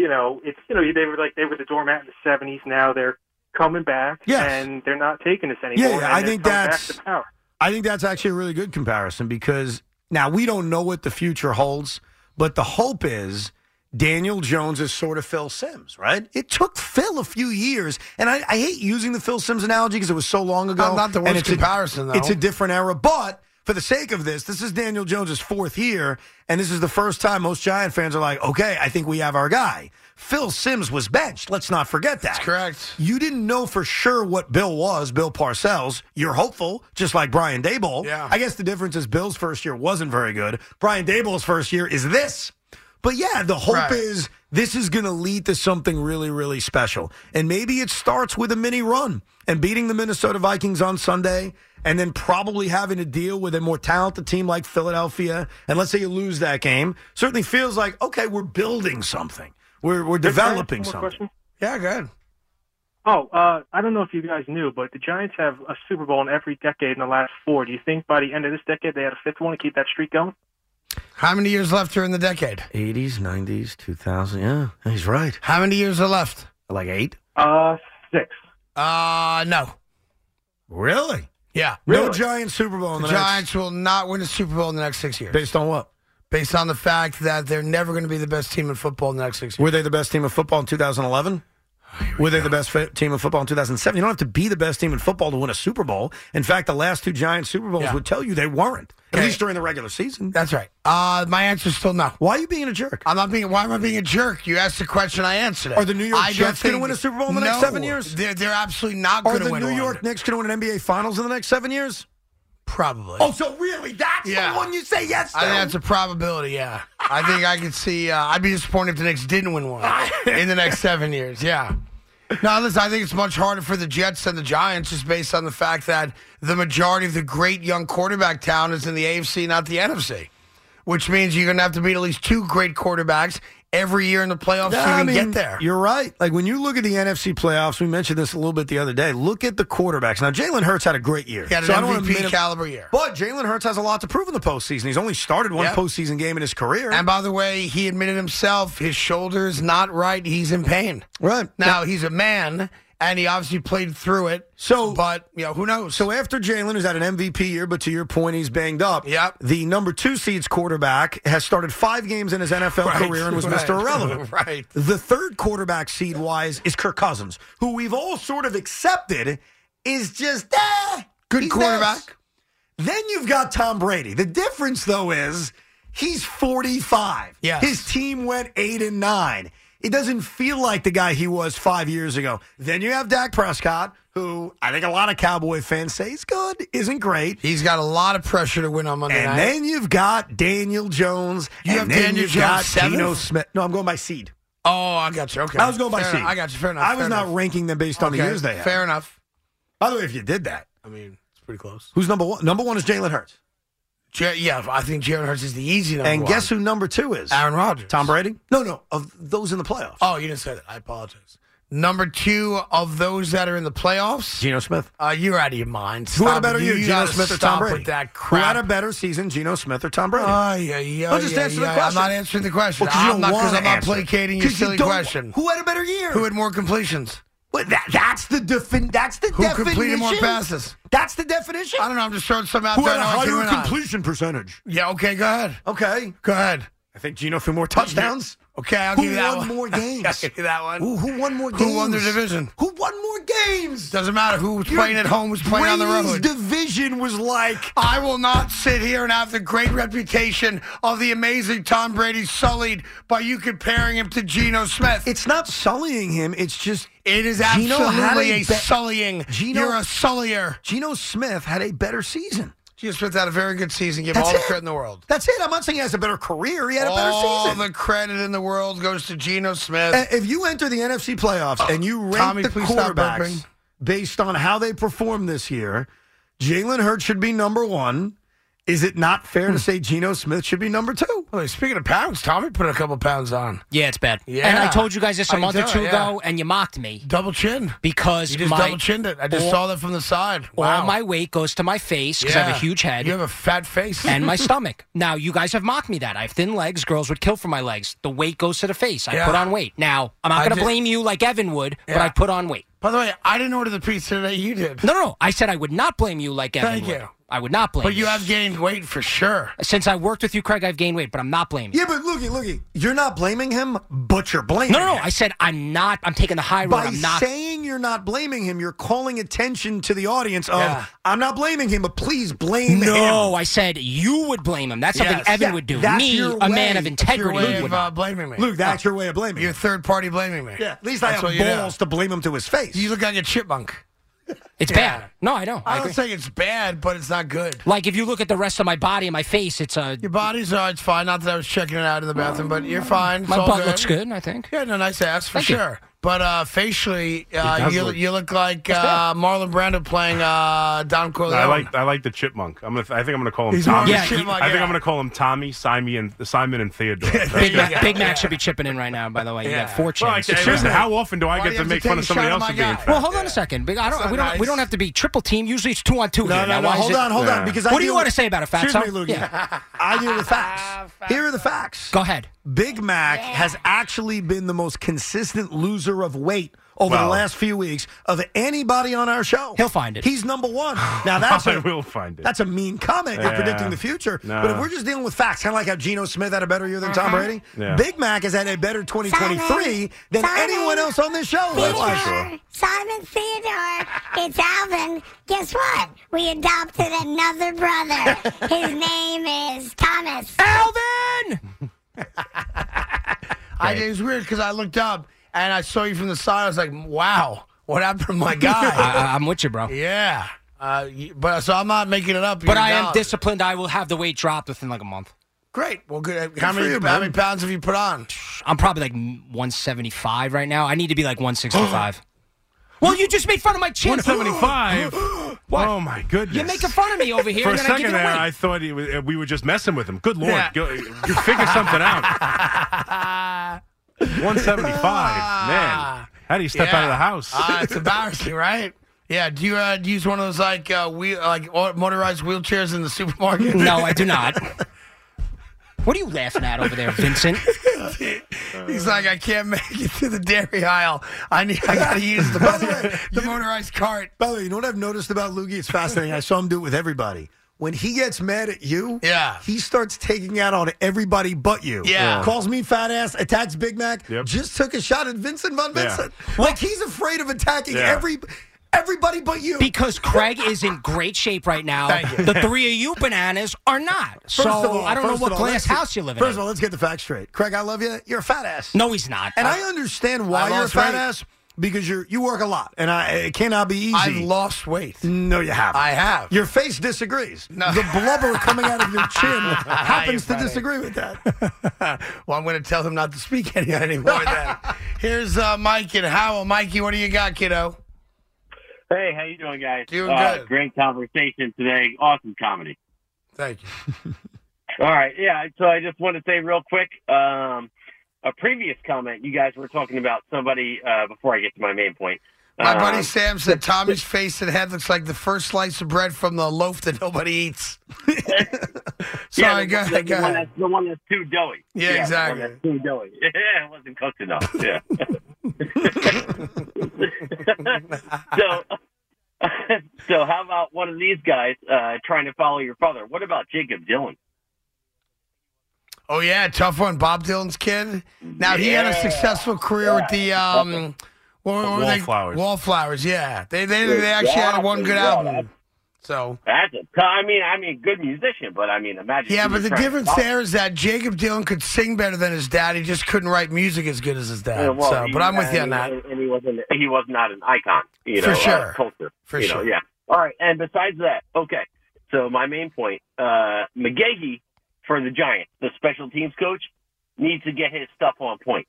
[SPEAKER 5] you know it's you know they were like they were the doormat in the seventies. Now they're coming back,
[SPEAKER 2] Yes.
[SPEAKER 5] and they're not taking us
[SPEAKER 2] Yeah,
[SPEAKER 5] anymore.
[SPEAKER 2] yeah,
[SPEAKER 5] and
[SPEAKER 2] I
[SPEAKER 5] they're
[SPEAKER 2] think
[SPEAKER 5] coming back
[SPEAKER 2] that's-
[SPEAKER 5] to power.
[SPEAKER 2] I think that's actually a really good comparison because now we don't know what the future holds, but the hope is Daniel Jones is sort of Phil Sims, right? It took Phil a few years, and I, I hate using the Phil Sims analogy because it was so long ago.
[SPEAKER 3] Not- not the
[SPEAKER 2] and
[SPEAKER 3] worst
[SPEAKER 2] it's
[SPEAKER 3] comparison,
[SPEAKER 2] a,
[SPEAKER 3] though.
[SPEAKER 2] It's a different era, but for the sake of this, this is Daniel Jones' fourth year, and this is the first time most Giant fans are like, okay, I think we have our guy. Phil Sims was benched. Let's not forget that.
[SPEAKER 3] Correct.
[SPEAKER 2] You didn't know for sure what Bill was, Bill Parcells. You're hopeful, just like Brian Dable.
[SPEAKER 3] Yeah.
[SPEAKER 2] I guess the difference is Bill's first year wasn't very good. Brian Dable's first year is this. But yeah, the hope
[SPEAKER 3] Right.
[SPEAKER 2] is this is going to lead to something really, really special. And maybe it starts with a mini run and beating the Minnesota Vikings on Sunday and then probably having to deal with a more talented team like Philadelphia. And let's say you lose that game, certainly feels like, okay, we're building something. We're, we're
[SPEAKER 5] Can I ask
[SPEAKER 2] developing
[SPEAKER 5] one more
[SPEAKER 2] something.
[SPEAKER 5] question?
[SPEAKER 3] Yeah. Good.
[SPEAKER 5] Oh, uh, I don't know if you guys knew, but the Giants have a Super Bowl in every decade in the last four. Do you think by the end of this decade they had a fifth one to keep that streak going?
[SPEAKER 3] How many years left are in the decade?
[SPEAKER 2] 80s, 90s, 2000. Yeah, he's right.
[SPEAKER 3] How many years are left?
[SPEAKER 2] Like eight?
[SPEAKER 5] Uh, six.
[SPEAKER 3] Uh, no.
[SPEAKER 2] Really?
[SPEAKER 3] Yeah.
[SPEAKER 2] No giant Super Bowl in
[SPEAKER 3] The
[SPEAKER 2] the,
[SPEAKER 3] Giants will not win a Super Bowl in the next six years.
[SPEAKER 2] next. Based on what?
[SPEAKER 3] based on the fact that they're never going to be the best team in football in the next six years.
[SPEAKER 2] Were they the best team of football in 2011? Were they the best fi- team of football in 2007? You don't have to be the best team in football to win a Super Bowl. In fact, the last two giant Super Bowls
[SPEAKER 3] Yeah.
[SPEAKER 2] would tell you they weren't, at
[SPEAKER 3] Okay.
[SPEAKER 2] least during the regular season.
[SPEAKER 3] That's right. Uh, my answer's still no.
[SPEAKER 2] Why are you being a jerk?
[SPEAKER 3] I'm not being. Why am I being a jerk? You asked the question, I answered it.
[SPEAKER 2] Are the New York
[SPEAKER 3] I don't
[SPEAKER 2] Jets gonna
[SPEAKER 3] think-
[SPEAKER 2] win a Super Bowl in the next
[SPEAKER 3] No,
[SPEAKER 2] seven years?
[SPEAKER 3] They're, they're absolutely not
[SPEAKER 2] Are
[SPEAKER 3] going to
[SPEAKER 2] the
[SPEAKER 3] win.
[SPEAKER 2] New
[SPEAKER 3] one.
[SPEAKER 2] York Knicks going to win NBA Finals in the next seven years?
[SPEAKER 3] Probably.
[SPEAKER 2] Oh, so really? That's
[SPEAKER 3] Yeah.
[SPEAKER 2] the one you say yes to?
[SPEAKER 3] I think that's a probability. Yeah, I think I could see. Uh, I'd be disappointed if the Knicks didn't win one in the next seven years. Yeah. No, listen. I think it's much harder for the Jets than the Giants, just based on the fact that the majority of the great young quarterback town is in the AFC, not the NFC, which means you're going to have to beat at least two great quarterbacks every year in the playoffs
[SPEAKER 2] Yeah,
[SPEAKER 3] to
[SPEAKER 2] I
[SPEAKER 3] even
[SPEAKER 2] mean,
[SPEAKER 3] get there.
[SPEAKER 2] You're right. Like when you look at the NFC playoffs, we mentioned this a little bit the other day. Look at the quarterbacks. Now Jalen Hurts had a great year.
[SPEAKER 3] He had an
[SPEAKER 2] So I don't wanna
[SPEAKER 3] MVP
[SPEAKER 2] minim-
[SPEAKER 3] caliber year.
[SPEAKER 2] But Jalen Hurts has a lot to prove in the postseason. He's only started one
[SPEAKER 3] Yep.
[SPEAKER 2] postseason game in his career.
[SPEAKER 3] And by the way, he admitted himself his shoulder is not right. He's in pain.
[SPEAKER 2] right.
[SPEAKER 3] Now he's a man, and he obviously played through it.
[SPEAKER 2] So-
[SPEAKER 3] but you know who knows?
[SPEAKER 2] So after Jalen, who's had an MVP year, but to your point, he's banged up.
[SPEAKER 3] Yep.
[SPEAKER 2] The number two seeds quarterback has started five games in his NFL
[SPEAKER 3] Right,
[SPEAKER 2] career and was
[SPEAKER 3] right,
[SPEAKER 2] Mr. Irrelevant.
[SPEAKER 3] right.
[SPEAKER 2] The third quarterback seed wise is Kirk Cousins, who we've all sort of accepted is just eh,
[SPEAKER 3] Good
[SPEAKER 2] he's
[SPEAKER 3] quarterback.
[SPEAKER 2] this. Then you've got Tom Brady. The difference, though, is he's 45.
[SPEAKER 3] Yes.
[SPEAKER 2] His team went eight and nine. It doesn't feel like the guy he was five years ago. Then you have Dak Prescott, who I think a lot of Cowboy fans say is good, isn't great.
[SPEAKER 3] he's got a lot of pressure to win on Monday
[SPEAKER 2] And
[SPEAKER 3] night.
[SPEAKER 2] then you've got Daniel Jones.
[SPEAKER 3] You
[SPEAKER 2] and
[SPEAKER 3] have
[SPEAKER 2] then
[SPEAKER 3] Daniel
[SPEAKER 2] you've got
[SPEAKER 3] Jones seventh?
[SPEAKER 2] Geno Smith. No, I'm going by seed.
[SPEAKER 3] oh, I got you. Okay,
[SPEAKER 2] I was going by
[SPEAKER 3] Fair
[SPEAKER 2] seed.
[SPEAKER 3] enough. I got you. Fair enough.
[SPEAKER 2] I was
[SPEAKER 3] fair
[SPEAKER 2] not
[SPEAKER 3] enough.
[SPEAKER 2] ranking them based on the
[SPEAKER 3] Okay,
[SPEAKER 2] years they had.
[SPEAKER 3] Fair enough.
[SPEAKER 2] By the way, if you did that,
[SPEAKER 3] I mean, it's pretty close.
[SPEAKER 2] who's number one? Number one is Jalen Hurts.
[SPEAKER 3] J- yeah, I think Jalen Hurts is the easy number.
[SPEAKER 2] And
[SPEAKER 3] one.
[SPEAKER 2] guess who number two is?
[SPEAKER 3] Aaron Rodgers.
[SPEAKER 2] Tom Brady? No, no, of those in the playoffs.
[SPEAKER 3] Oh, you didn't say that. I apologize. Number two of those that are in the playoffs.
[SPEAKER 2] Geno Smith.
[SPEAKER 3] Uh, you're out of your mind.
[SPEAKER 2] Who
[SPEAKER 3] Stop
[SPEAKER 2] had a better
[SPEAKER 3] it.
[SPEAKER 2] year,
[SPEAKER 3] You
[SPEAKER 2] Geno
[SPEAKER 3] gotta
[SPEAKER 2] Smith or Tom
[SPEAKER 3] stop
[SPEAKER 2] Brady?
[SPEAKER 3] With that
[SPEAKER 2] Who had a
[SPEAKER 3] crap.
[SPEAKER 2] better season, Geno Smith or Tom Brady?
[SPEAKER 3] yeah, yeah.
[SPEAKER 2] No, just answer the
[SPEAKER 3] I'm
[SPEAKER 2] question.
[SPEAKER 3] not answering the question.
[SPEAKER 2] Well, 'cause you
[SPEAKER 3] I'm
[SPEAKER 2] don't
[SPEAKER 3] not because
[SPEAKER 2] wanna
[SPEAKER 3] I'm not
[SPEAKER 2] answer it.
[SPEAKER 3] placating your
[SPEAKER 2] 'Cause you
[SPEAKER 3] silly
[SPEAKER 2] don't-
[SPEAKER 3] question.
[SPEAKER 2] Who had a better year?
[SPEAKER 3] Who had more completions?
[SPEAKER 2] Well, that, that's the defin- That's the
[SPEAKER 3] Who
[SPEAKER 2] definition.
[SPEAKER 3] completed more passes?
[SPEAKER 2] That's the definition.
[SPEAKER 3] I don't know. I'm just throwing some out
[SPEAKER 2] Who
[SPEAKER 3] there.
[SPEAKER 2] had a
[SPEAKER 3] I don't know
[SPEAKER 2] higher
[SPEAKER 3] if you went on.
[SPEAKER 2] completion percentage?
[SPEAKER 3] Yeah. Okay. Go ahead.
[SPEAKER 2] Okay,
[SPEAKER 3] Go ahead.
[SPEAKER 2] I think Geno threw more touchdowns.
[SPEAKER 3] Okay. I'll
[SPEAKER 2] Who
[SPEAKER 3] give you that
[SPEAKER 2] won
[SPEAKER 3] one.
[SPEAKER 2] more games?
[SPEAKER 3] I'll give you that one.
[SPEAKER 2] Ooh, who won more games?
[SPEAKER 3] Who won their division?
[SPEAKER 2] Who won more games?
[SPEAKER 3] Doesn't matter who was
[SPEAKER 2] Your
[SPEAKER 3] playing at home, was playing on the
[SPEAKER 2] Brady's
[SPEAKER 3] road.
[SPEAKER 2] division was like
[SPEAKER 3] I will not sit here and have the great reputation of the amazing Tom Brady sullied by you comparing him to Geno Smith.
[SPEAKER 2] it's not sullying him. It's just
[SPEAKER 3] it is
[SPEAKER 2] Geno had
[SPEAKER 3] absolutely
[SPEAKER 2] a
[SPEAKER 3] a,
[SPEAKER 2] be-
[SPEAKER 3] sullying.
[SPEAKER 2] Geno-
[SPEAKER 3] You're a sullier.
[SPEAKER 2] Geno Smith had a better season. Geno Smith had a very good season. Give him
[SPEAKER 3] That's
[SPEAKER 2] all the
[SPEAKER 3] it.
[SPEAKER 2] credit in the world.
[SPEAKER 3] That's it. I'm not saying he has a better career. He had a better
[SPEAKER 2] all
[SPEAKER 3] season.
[SPEAKER 2] the credit in the world goes to Geno Smith.
[SPEAKER 3] Uh, If you enter the NFC playoffs and you rank
[SPEAKER 2] Tommy,
[SPEAKER 3] the
[SPEAKER 2] please stop
[SPEAKER 3] quarterbacks
[SPEAKER 2] burping.
[SPEAKER 3] based on how they perform this year, Jalen Hurts should be number one. Is it not fair to say Geno Smith should be number two?
[SPEAKER 2] By the way, oh, speaking of pounds, Tommy put a couple pounds on.
[SPEAKER 6] Yeah, it's bad.
[SPEAKER 2] Yeah.
[SPEAKER 6] And I told you guys this a
[SPEAKER 2] I
[SPEAKER 6] month or
[SPEAKER 2] know,
[SPEAKER 6] two
[SPEAKER 2] yeah.
[SPEAKER 6] ago, and you mocked me
[SPEAKER 2] Double chin.
[SPEAKER 6] because
[SPEAKER 2] You just
[SPEAKER 6] my
[SPEAKER 2] double chinned it. I just
[SPEAKER 6] all-
[SPEAKER 2] saw that from the side. Wow.
[SPEAKER 6] all my weight goes to my face because I have a huge head.
[SPEAKER 2] You have a fat face.
[SPEAKER 6] and my stomach. Now, you guys have mocked me that. I have thin legs. Girls would kill for my legs. The weight goes to the face. I
[SPEAKER 2] Yeah.
[SPEAKER 6] put on weight. Now, I'm
[SPEAKER 2] I
[SPEAKER 6] not going
[SPEAKER 2] did-
[SPEAKER 6] to blame you like Evan would, but
[SPEAKER 2] Yeah.
[SPEAKER 6] I put on weight.
[SPEAKER 2] By the way, I didn't order the pizza today. You did.
[SPEAKER 6] No, no, no. I said I would not blame you like Evan
[SPEAKER 2] Thank
[SPEAKER 6] would.
[SPEAKER 2] you.
[SPEAKER 6] I would not blame
[SPEAKER 2] But you have gained weight for sure.
[SPEAKER 6] Since I worked with you, Craig, I've gained weight, but I'm not blaming you.
[SPEAKER 3] Yeah, but looky, looky. You're not blaming him, but you're blaming
[SPEAKER 6] No, no, no.
[SPEAKER 3] him.
[SPEAKER 6] I said I'm not. I'm taking the high road.
[SPEAKER 3] By
[SPEAKER 6] I'm not.
[SPEAKER 3] saying you're not blaming him, you're calling attention to the audience of,
[SPEAKER 2] Yeah.
[SPEAKER 3] I'm not blaming him, but please blame him.
[SPEAKER 6] no, I said you would blame him. That's something
[SPEAKER 2] Yes.
[SPEAKER 6] Evan
[SPEAKER 3] Yeah,
[SPEAKER 6] would do.
[SPEAKER 3] that's
[SPEAKER 6] Me,
[SPEAKER 3] your
[SPEAKER 6] a man
[SPEAKER 3] way-
[SPEAKER 6] of
[SPEAKER 3] that's
[SPEAKER 2] Your
[SPEAKER 6] integrity,
[SPEAKER 2] way of
[SPEAKER 6] would
[SPEAKER 2] uh, blaming me.
[SPEAKER 3] Luke, that's your way of blaming
[SPEAKER 2] You're
[SPEAKER 3] him.
[SPEAKER 2] third party blaming me.
[SPEAKER 3] Yeah, at least I
[SPEAKER 2] That's
[SPEAKER 3] have
[SPEAKER 2] what you do.
[SPEAKER 3] balls to blame him to his face.
[SPEAKER 2] You look like a chipmunk.
[SPEAKER 6] It's
[SPEAKER 2] Yeah.
[SPEAKER 6] bad. No, I know. I,
[SPEAKER 2] I
[SPEAKER 6] agree.
[SPEAKER 2] don't say it's bad, but it's not good.
[SPEAKER 6] like if you look at the rest of my body and my face, it's a
[SPEAKER 2] Your body's uh, it's fine. Not that I was checking it out in the bathroom, but you're fine. It's
[SPEAKER 6] my
[SPEAKER 2] all
[SPEAKER 6] butt looks good. I think.
[SPEAKER 2] Yeah, no, nice ass for
[SPEAKER 6] Thank you.
[SPEAKER 2] sure. But uh, facially, uh,
[SPEAKER 4] does
[SPEAKER 2] you,
[SPEAKER 4] look-
[SPEAKER 2] you look like uh, Marlon Brando playing uh, Don Corleone.
[SPEAKER 4] I like I like the chipmunk. I'm gonna, I think I'm gonna call him
[SPEAKER 2] He's more
[SPEAKER 4] Tommy.
[SPEAKER 6] of a Yeah, he-
[SPEAKER 2] chipmunk,
[SPEAKER 4] I think
[SPEAKER 2] yeah.
[SPEAKER 4] I'm gonna call him Tommy, Simon, and Simon and Theodore.
[SPEAKER 6] Big Mac,
[SPEAKER 2] Yeah.
[SPEAKER 6] Big Mac should be chipping in right now. By the way, you
[SPEAKER 2] Yeah.
[SPEAKER 6] got four
[SPEAKER 4] Well, I,
[SPEAKER 6] chins.
[SPEAKER 4] hey, listen, how often do I
[SPEAKER 2] Why do
[SPEAKER 4] get
[SPEAKER 2] you
[SPEAKER 4] to
[SPEAKER 2] have
[SPEAKER 4] make
[SPEAKER 2] to
[SPEAKER 4] fun of
[SPEAKER 2] take a
[SPEAKER 4] somebody
[SPEAKER 2] shot at
[SPEAKER 4] else
[SPEAKER 2] my
[SPEAKER 4] for being
[SPEAKER 2] guy?
[SPEAKER 4] fat?
[SPEAKER 6] well, hold on a second. Big, I
[SPEAKER 2] That's
[SPEAKER 6] don't.
[SPEAKER 2] not
[SPEAKER 6] We don't. We don't
[SPEAKER 2] nice.
[SPEAKER 6] have to be triple team. Usually it's two on two.
[SPEAKER 3] No,
[SPEAKER 6] here.
[SPEAKER 3] no,
[SPEAKER 6] Now,
[SPEAKER 3] no.
[SPEAKER 6] why is
[SPEAKER 3] Hold
[SPEAKER 6] it-
[SPEAKER 3] on, hold on.
[SPEAKER 4] Yeah.
[SPEAKER 3] Because I
[SPEAKER 6] What do you
[SPEAKER 3] deal
[SPEAKER 6] want to
[SPEAKER 3] with-
[SPEAKER 6] say about it, Fatso?
[SPEAKER 3] Excuse me, Luke.
[SPEAKER 6] Yeah.
[SPEAKER 3] I deal with facts. Here are the facts.
[SPEAKER 6] Go ahead.
[SPEAKER 3] Big Mac has actually been the most consistent loser of weight over the
[SPEAKER 4] Well.
[SPEAKER 3] last few weeks of anybody on our show.
[SPEAKER 6] He'll find it.
[SPEAKER 3] He's number one. Now that's
[SPEAKER 4] I
[SPEAKER 3] a,
[SPEAKER 4] will find it.
[SPEAKER 3] That's a mean comment. You're
[SPEAKER 4] Yeah.
[SPEAKER 3] predicting the future.
[SPEAKER 4] No.
[SPEAKER 3] But if we're just dealing with facts, kind of like how Geno Smith had a better year than Tom Brady,
[SPEAKER 4] Yeah.
[SPEAKER 3] Big Mac has had a better 2023 than anyone else on this show.
[SPEAKER 4] That's for
[SPEAKER 3] Likewise.
[SPEAKER 4] sure.
[SPEAKER 7] Simon Theodore, it's Alvin. Guess what? We adopted another brother. His name is Thomas.
[SPEAKER 6] Alvin.
[SPEAKER 2] I, it was weird because I looked up and I saw you from the side. I was like, wow, what happened to my guy?
[SPEAKER 6] I, I'm with you, bro.
[SPEAKER 2] yeah. Uh, you- but so I'm not making it up.
[SPEAKER 6] But
[SPEAKER 2] You're
[SPEAKER 6] I am
[SPEAKER 2] valid.
[SPEAKER 6] disciplined. I will have the weight dropped within like a month.
[SPEAKER 2] Great. Well, good. How many,
[SPEAKER 3] for you,
[SPEAKER 2] how
[SPEAKER 3] man.
[SPEAKER 2] many pounds have you put on?
[SPEAKER 6] I'm probably like 175 right now. I need to be like 165. well, you just made fun of my chin.
[SPEAKER 4] 175. Oh my goodness!
[SPEAKER 6] You're making fun of me over here.
[SPEAKER 4] For a
[SPEAKER 6] and then I give
[SPEAKER 4] second
[SPEAKER 6] you the
[SPEAKER 4] there,
[SPEAKER 6] weight.
[SPEAKER 4] I thought he was, uh, we were just messing with him. Good lord,
[SPEAKER 2] Yeah.
[SPEAKER 4] go, you figure something out. 175, man. How do you step out of the house?
[SPEAKER 2] Uh, it's embarrassing, right? Yeah. Do you uh, do you use one of those like uh, wheel, like au- motorized wheelchairs in the supermarket?
[SPEAKER 6] No, I do not. What are you laughing at over there, Vincent?
[SPEAKER 2] He's like, I can't make it to the dairy aisle. I need. I gotta use the, the motorized cart.
[SPEAKER 3] By the way, you know what I've noticed about Loogie? It's fascinating. I saw him do it with everybody. When he gets mad at you,
[SPEAKER 2] Yeah.
[SPEAKER 3] he starts taking out on everybody but you.
[SPEAKER 2] Yeah.
[SPEAKER 3] Calls me fat ass, attacks Big Mac,
[SPEAKER 4] Yep.
[SPEAKER 3] just took a shot at Vincent Von
[SPEAKER 4] Yeah.
[SPEAKER 3] Vincent. Like he's afraid of attacking
[SPEAKER 4] Yeah.
[SPEAKER 3] every everybody but you.
[SPEAKER 6] Because Craig is in great shape right now.
[SPEAKER 2] Thank you.
[SPEAKER 6] The three of you bananas are not. so
[SPEAKER 3] First of all-
[SPEAKER 6] I don't know
[SPEAKER 3] first
[SPEAKER 6] what
[SPEAKER 3] of all,
[SPEAKER 6] glass
[SPEAKER 3] let's-
[SPEAKER 6] house you live in.
[SPEAKER 3] First of all, let's get the facts straight. Craig, I love you. You're a fat ass.
[SPEAKER 6] no, he's not.
[SPEAKER 3] And I understand why
[SPEAKER 2] I
[SPEAKER 3] you're a
[SPEAKER 2] lost
[SPEAKER 3] fat
[SPEAKER 2] weight.
[SPEAKER 3] ass because you're you work a lot and I it cannot be easy.
[SPEAKER 2] I've lost weight.
[SPEAKER 3] No, you haven't.
[SPEAKER 2] I have.
[SPEAKER 3] Your face disagrees. The blubber coming out of your chin happens to
[SPEAKER 2] funny.
[SPEAKER 3] disagree with that.
[SPEAKER 2] well, I'm going to tell him not to speak any anymore. Then here's uh, Mike and Howell. Mikey, what do you got, kiddo?
[SPEAKER 8] Hey, how you doing, guys?
[SPEAKER 2] Doing
[SPEAKER 8] Uh,
[SPEAKER 2] good.
[SPEAKER 8] Great conversation today. Awesome comedy.
[SPEAKER 2] Thank you.
[SPEAKER 8] All right, yeah. So I just want to say real quick, um, a previous comment you guys were talking about somebody uh, before I get to my main point.
[SPEAKER 2] My
[SPEAKER 8] Um,
[SPEAKER 2] buddy Sam said Tommy's face and head looks like the first slice of bread from the loaf that nobody eats. Sorry,
[SPEAKER 8] the,
[SPEAKER 2] go
[SPEAKER 8] the- the
[SPEAKER 2] ahead, go
[SPEAKER 8] one
[SPEAKER 2] ahead.
[SPEAKER 8] that's, the one that's too doughy.
[SPEAKER 2] Yeah, exactly.
[SPEAKER 8] The one that's too doughy. Yeah, it wasn't cooked enough. Yeah. so, so how about one of these guys uh, trying to follow your father? What about Jacob Dylan?
[SPEAKER 2] Oh yeah, tough one. Bob Dylan's kid. Now he had a
[SPEAKER 8] Yeah.
[SPEAKER 2] successful career with the um, what, what were they-
[SPEAKER 4] Wallflowers.
[SPEAKER 2] Wallflowers. Yeah, they they, they actually had one good
[SPEAKER 8] Exactly.
[SPEAKER 2] album. So
[SPEAKER 8] That's a t- I mean, I mean, good musician, but I mean, imagine.
[SPEAKER 2] yeah,
[SPEAKER 8] you
[SPEAKER 2] but the
[SPEAKER 8] trying to
[SPEAKER 2] difference
[SPEAKER 8] follow-
[SPEAKER 2] there is that Jacob Dylan could sing better than his dad. He just couldn't write music as good as his dad.
[SPEAKER 8] Yeah, well,
[SPEAKER 2] so,
[SPEAKER 8] he-
[SPEAKER 2] but I'm with
[SPEAKER 8] and
[SPEAKER 2] you
[SPEAKER 8] he-
[SPEAKER 2] on that.
[SPEAKER 8] And he wasn't. He was not an icon. You
[SPEAKER 2] For
[SPEAKER 8] know, uh,
[SPEAKER 2] sure.
[SPEAKER 8] culture.
[SPEAKER 2] For
[SPEAKER 8] you
[SPEAKER 2] sure.
[SPEAKER 8] Know, yeah. All right. And besides that, okay. So my main point, uh, McGahee for the Giants, the special teams coach, needs to get his stuff on point.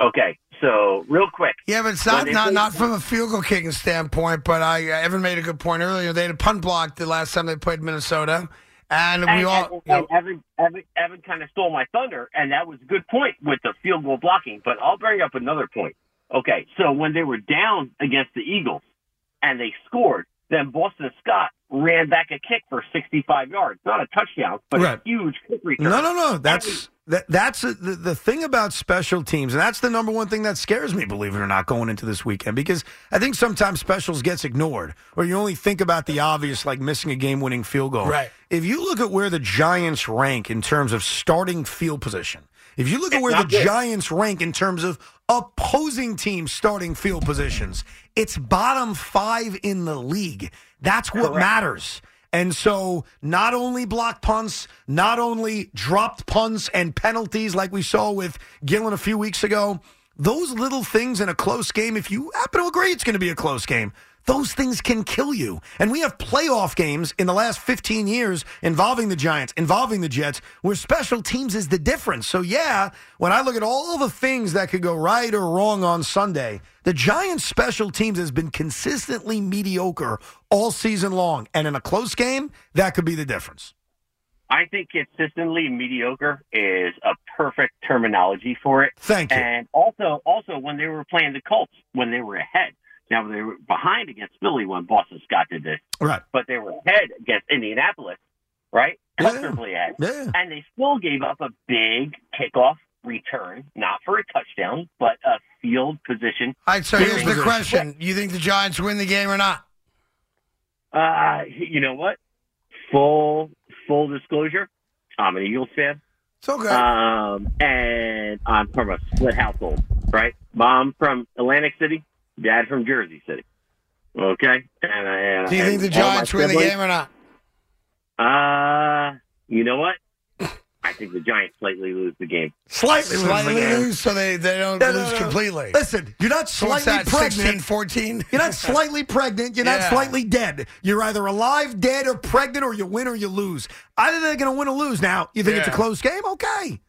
[SPEAKER 8] Okay, so real quick.
[SPEAKER 3] Yeah, but it's not
[SPEAKER 8] When they
[SPEAKER 3] not,
[SPEAKER 8] played-
[SPEAKER 3] not from a field goal kicking standpoint. But I
[SPEAKER 2] uh,
[SPEAKER 3] Evan made a good point earlier. They had a punt block the last time they played Minnesota, and we
[SPEAKER 8] and,
[SPEAKER 3] all.
[SPEAKER 8] and- and Evan, Evan, Evan kind of stole my thunder, and that was a good point with the field goal blocking. But I'll bring up another point. Okay, so when they were down against the Eagles and they scored, then Boston Scott ran back a kick for 65 yards. Not a touchdown, but
[SPEAKER 2] Right.
[SPEAKER 8] a huge kick return.
[SPEAKER 2] No, no, no. That's that, that's a, the, the thing about special teams, and that's the number one thing that scares me, believe it or not, going into this weekend because I think sometimes specials gets ignored, or you only think about the obvious, like missing a game-winning field goal.
[SPEAKER 3] Right.
[SPEAKER 2] If you look at where the Giants rank in terms of starting field position, if you look at where the
[SPEAKER 8] not good.
[SPEAKER 2] Giants rank in terms of opposing teams starting field positions, it's bottom five in the league. That's what matters. And so, not only block punts, not only dropped punts and penalties like we saw with Gillen a few weeks ago, those little things in a close game, if you happen to agree it's going to be a close game, those things can kill you. And we have playoff games in the last 15 years involving the Giants, involving the Jets, where special teams is the difference. So, yeah, when I look at all the things that could go right or wrong on Sunday, the Giants' special teams has been consistently mediocre all season long. And in a close game, that could be the difference.
[SPEAKER 8] I think consistently mediocre is a perfect terminology for it.
[SPEAKER 2] Thank you.
[SPEAKER 8] And also, also when they were playing the Colts, when they were ahead. Now they were behind against Philly when Boston Scott did this,
[SPEAKER 2] Right.
[SPEAKER 8] but they were ahead against Indianapolis, right? Comfortably ahead,
[SPEAKER 2] Yeah.
[SPEAKER 8] and they still gave up a big kickoff return, not for a touchdown, but a field position.
[SPEAKER 3] All right, so
[SPEAKER 8] Field
[SPEAKER 3] here's the
[SPEAKER 8] position.
[SPEAKER 3] question: You think the Giants win the game or not?
[SPEAKER 8] Uh, you know what? Full full disclosure, I'm an Eagles fan.
[SPEAKER 3] It's okay.
[SPEAKER 8] Um, and I'm from a split household, right? Mom from Atlantic City, dad from Jersey City. Okay. And, I- and
[SPEAKER 3] Do you think
[SPEAKER 8] and
[SPEAKER 3] the
[SPEAKER 8] all my
[SPEAKER 3] Giants win the
[SPEAKER 8] siblings-
[SPEAKER 3] game or not?
[SPEAKER 8] Uh, you know what? I think the Giants slightly lose the game.
[SPEAKER 2] Slightly. lose the
[SPEAKER 3] Slightly
[SPEAKER 2] game.
[SPEAKER 3] lose, so they, they don't
[SPEAKER 2] No, no,
[SPEAKER 3] lose
[SPEAKER 2] no.
[SPEAKER 3] completely.
[SPEAKER 2] Listen, you're not
[SPEAKER 3] So what's
[SPEAKER 2] slightly
[SPEAKER 3] that,
[SPEAKER 2] pregnant.
[SPEAKER 3] 16, 14?
[SPEAKER 2] You're not slightly pregnant. You're
[SPEAKER 3] Yeah.
[SPEAKER 2] not slightly dead. You're either alive, dead, or pregnant, or you win or you lose. Either they're going to win or lose. Now, you think it's a
[SPEAKER 3] Yeah.
[SPEAKER 2] close game? Okay.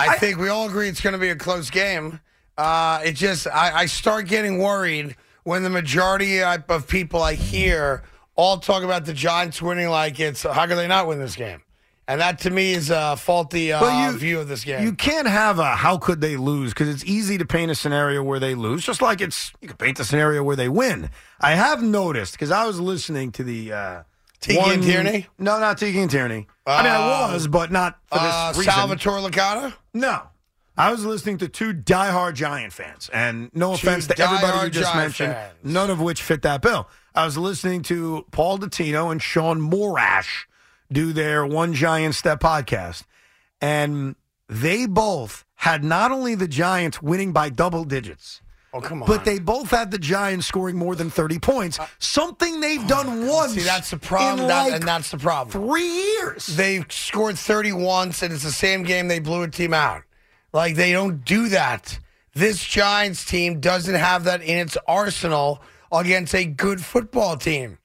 [SPEAKER 3] I think we all agree it's going to be a close game. Uh, it just, I, I start getting worried when the majority of people I hear all talk about the Giants winning like it's, how can they not win this game? And that to me is a faulty uh,
[SPEAKER 2] Well, you-
[SPEAKER 3] view of this game.
[SPEAKER 2] You can't have a how could they lose because it's easy to paint a scenario where they lose, just like it's you can paint a scenario where they win. I have noticed because I was listening to the uh,
[SPEAKER 3] Tiki and Tierney?
[SPEAKER 2] No, not Tiki and Tierney. I mean, I
[SPEAKER 3] Uh,
[SPEAKER 2] was, but not for this
[SPEAKER 3] uh,
[SPEAKER 2] reason.
[SPEAKER 3] Salvatore Licata?
[SPEAKER 2] No. I was listening to two diehard Giant fans, and no
[SPEAKER 3] Two
[SPEAKER 2] offense to everybody you
[SPEAKER 3] diehard
[SPEAKER 2] just
[SPEAKER 3] Giant
[SPEAKER 2] mentioned,
[SPEAKER 3] fans.
[SPEAKER 2] none of which fit that bill. I was listening to Paul Dottino and Sean Morash do their One Giant Step podcast, and they both had not only the Giants winning by double digits,
[SPEAKER 3] Oh, come on. Uh,
[SPEAKER 2] but they both had the Giants scoring more than 30 points, something they've done once.
[SPEAKER 3] oh See, that's the
[SPEAKER 2] in
[SPEAKER 3] problem. That-
[SPEAKER 2] like
[SPEAKER 3] and that's the problem.
[SPEAKER 2] three years.
[SPEAKER 3] they scored 30 once, and it's the same game they blew a team out. Like, they don't do that. This Giants team doesn't have that in its arsenal against a good football team.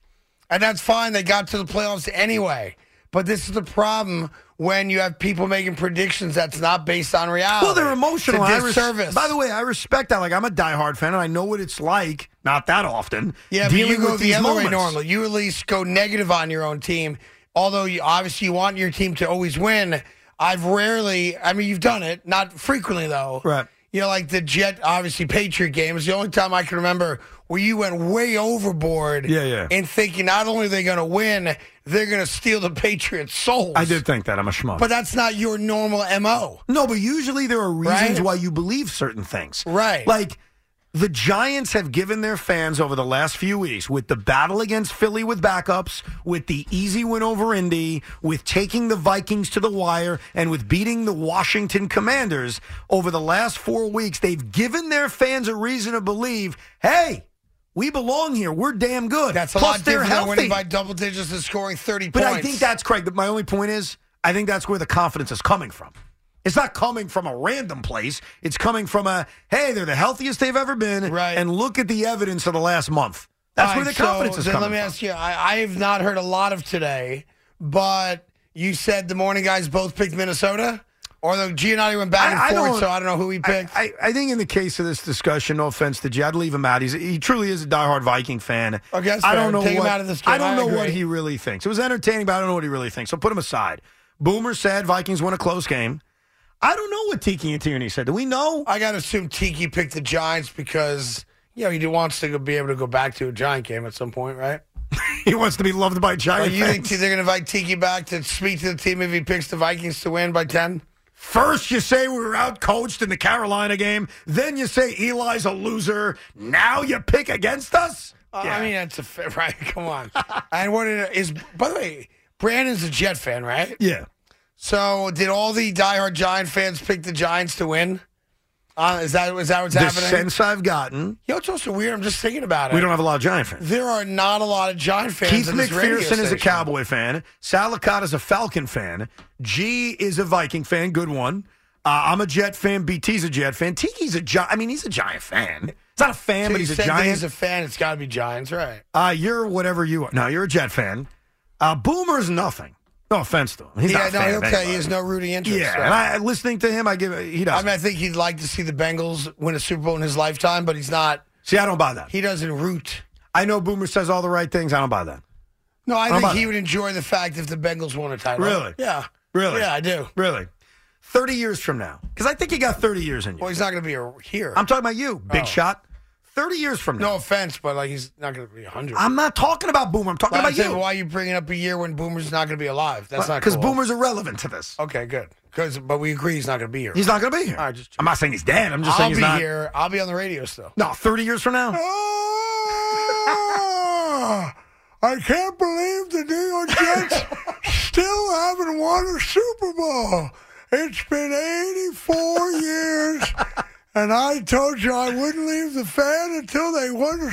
[SPEAKER 3] And that's fine. They got to the playoffs anyway. But this is the problem when you have people making predictions that's not based on reality.
[SPEAKER 2] Well, they're emotional.
[SPEAKER 3] It's a
[SPEAKER 2] I res-
[SPEAKER 3] disservice.
[SPEAKER 2] By the way, I respect that. Like, I'm a diehard fan, and I know what it's like. Not that often.
[SPEAKER 3] Yeah, but
[SPEAKER 2] dealing
[SPEAKER 3] you go
[SPEAKER 2] with
[SPEAKER 3] the
[SPEAKER 2] these
[SPEAKER 3] other way
[SPEAKER 2] moments.
[SPEAKER 3] normally. You at least go negative on your own team. Although you obviously you want your team to always win. I've rarely I mean you've done it, not frequently though.
[SPEAKER 2] Right.
[SPEAKER 3] You know, like the Jet obviously Patriot game is the only time I can remember where you went way overboard
[SPEAKER 2] Yeah, yeah.
[SPEAKER 3] in thinking not only are they gonna win, they're gonna steal the Patriots' souls.
[SPEAKER 2] I did think that. I'm a schmuck.
[SPEAKER 3] But that's not your normal MO.
[SPEAKER 2] no, but usually there are reasons
[SPEAKER 3] Right?
[SPEAKER 2] why you believe certain things.
[SPEAKER 3] Right.
[SPEAKER 2] Like, the Giants have given their fans over the last few weeks with the battle against Philly with backups, with the easy win over Indy, with taking the Vikings to the wire, and with beating the Washington Commanders over the last four weeks. They've given their fans a reason to believe, hey, we belong here. We're damn good.
[SPEAKER 3] That's a
[SPEAKER 2] Plus,
[SPEAKER 3] lot
[SPEAKER 2] they're
[SPEAKER 3] different than
[SPEAKER 2] healthy.
[SPEAKER 3] winning by double digits and scoring thirty
[SPEAKER 2] But
[SPEAKER 3] points.
[SPEAKER 2] I think that's Craig. My only point is, I think that's where the confidence is coming from. It's not coming from a random place. It's coming from a hey, they're the healthiest they've ever been,
[SPEAKER 3] Right.
[SPEAKER 2] And look at the evidence of the last month.
[SPEAKER 3] That's
[SPEAKER 2] All
[SPEAKER 3] where
[SPEAKER 2] right,
[SPEAKER 3] the confidence
[SPEAKER 2] so
[SPEAKER 3] is
[SPEAKER 2] then
[SPEAKER 3] coming
[SPEAKER 2] Let me
[SPEAKER 3] from.
[SPEAKER 2] ask you. I, I have not heard a lot of today, but you said the morning guys both picked Minnesota, or the Giannotti went back and forth. so I don't know who he picked.
[SPEAKER 3] I, I think in the case of this discussion, no offense to Jay, I'd leave him out. He's, he truly is a diehard Viking fan.
[SPEAKER 2] Okay, that's
[SPEAKER 3] I
[SPEAKER 2] fair.
[SPEAKER 3] don't know
[SPEAKER 2] Take him
[SPEAKER 3] what,
[SPEAKER 2] out of this
[SPEAKER 3] I
[SPEAKER 2] game.
[SPEAKER 3] don't
[SPEAKER 2] I
[SPEAKER 3] know what
[SPEAKER 2] agree.
[SPEAKER 3] he really thinks. It was entertaining, but I don't know what he really thinks. So put him aside. Boomer said Vikings won a close game. I don't know what Tiki and Tierney said. Do we know?
[SPEAKER 2] I gotta assume Tiki picked the Giants because you know he wants to go- be able to go back to a Giant game at some point, right?
[SPEAKER 3] he wants to be loved by
[SPEAKER 2] Or
[SPEAKER 3] Giants.
[SPEAKER 2] you think they're gonna invite Tiki back to speak to the team if he picks the Vikings to win by ten?
[SPEAKER 3] First, you say we were outcoached in the Carolina game. Then you say Eli's a loser. Now you pick against us?
[SPEAKER 2] Uh, I mean, that's a fair, right. Come on. and what it is? By the way, Brandon's a Jet fan, right?
[SPEAKER 3] Yeah.
[SPEAKER 2] So, did all the diehard Giant fans pick the Giants to win? Uh, is that is that what's
[SPEAKER 3] the
[SPEAKER 2] happening?
[SPEAKER 3] sense I've gotten,
[SPEAKER 2] you know, it's also weird. I'm just thinking about it.
[SPEAKER 3] we don't have a lot of Giant fans.
[SPEAKER 2] There are not a lot of Giant fans.
[SPEAKER 3] Keith
[SPEAKER 2] in this radio
[SPEAKER 3] McPherson is a
[SPEAKER 2] station.
[SPEAKER 3] Cowboy fan. Salakot is a Falcon fan. G is a Viking fan. Good one. Uh, I'm a Jet fan. BT's a Jet fan. Tiki's a Giant. I mean, he's a Giant fan. He's not a fan,
[SPEAKER 2] So
[SPEAKER 3] but
[SPEAKER 2] you
[SPEAKER 3] he's a
[SPEAKER 2] said that
[SPEAKER 3] Giant.
[SPEAKER 2] He's a fan. It's got to be Giants, right?
[SPEAKER 3] uh, you're whatever you are. No, you're a Jet fan. Uh, Boomer's nothing. No offense to him. He's
[SPEAKER 2] yeah,
[SPEAKER 3] not a
[SPEAKER 2] no,
[SPEAKER 3] fan
[SPEAKER 2] he'll
[SPEAKER 3] of
[SPEAKER 2] tell you
[SPEAKER 3] anybody.
[SPEAKER 2] he has no rooting interest.
[SPEAKER 3] Yeah,
[SPEAKER 2] so.
[SPEAKER 3] and I, listening to him, I give he
[SPEAKER 2] I
[SPEAKER 3] does.
[SPEAKER 2] mean, I think he'd like to see the Bengals win a Super Bowl in his lifetime, but he's not.
[SPEAKER 3] See, I don't buy that.
[SPEAKER 2] He doesn't root.
[SPEAKER 3] I know Boomer says all the right things. I don't buy that.
[SPEAKER 2] No, I
[SPEAKER 3] How
[SPEAKER 2] think
[SPEAKER 3] about
[SPEAKER 2] he
[SPEAKER 3] that?
[SPEAKER 2] would enjoy the fact if the Bengals won a title.
[SPEAKER 3] Really?
[SPEAKER 2] Yeah.
[SPEAKER 3] Really?
[SPEAKER 2] Yeah, I do.
[SPEAKER 3] Really, thirty years from now, because I think you got thirty years in you.
[SPEAKER 2] Well, he's not going to be a- here.
[SPEAKER 3] I'm talking about you, big
[SPEAKER 2] Oh.
[SPEAKER 3] shot. Thirty years from now,
[SPEAKER 2] no offense, but like he's not going to be 100.
[SPEAKER 3] I'm not talking about Boomer. I'm talking
[SPEAKER 2] Like, I'm
[SPEAKER 3] about
[SPEAKER 2] saying,
[SPEAKER 3] you
[SPEAKER 2] Why are you bringing up a year when Boomer's not going to be alive? That's not
[SPEAKER 3] because
[SPEAKER 2] cool.
[SPEAKER 3] Boomer's irrelevant to this.
[SPEAKER 2] Okay, good. 'Cause- but we agree he's not going to be here.
[SPEAKER 3] He's not going to be here.
[SPEAKER 2] All right, just-
[SPEAKER 3] I'm not saying he's dead. I'm just
[SPEAKER 2] I'll
[SPEAKER 3] saying he's
[SPEAKER 2] be
[SPEAKER 3] not.
[SPEAKER 2] here. I'll be on the radio still.
[SPEAKER 3] No, thirty years from now.
[SPEAKER 2] Ah! I can't believe the New York Jets still haven't won a Super Bowl. It's been 84 years, and I told you I wouldn't leave the fan until they won a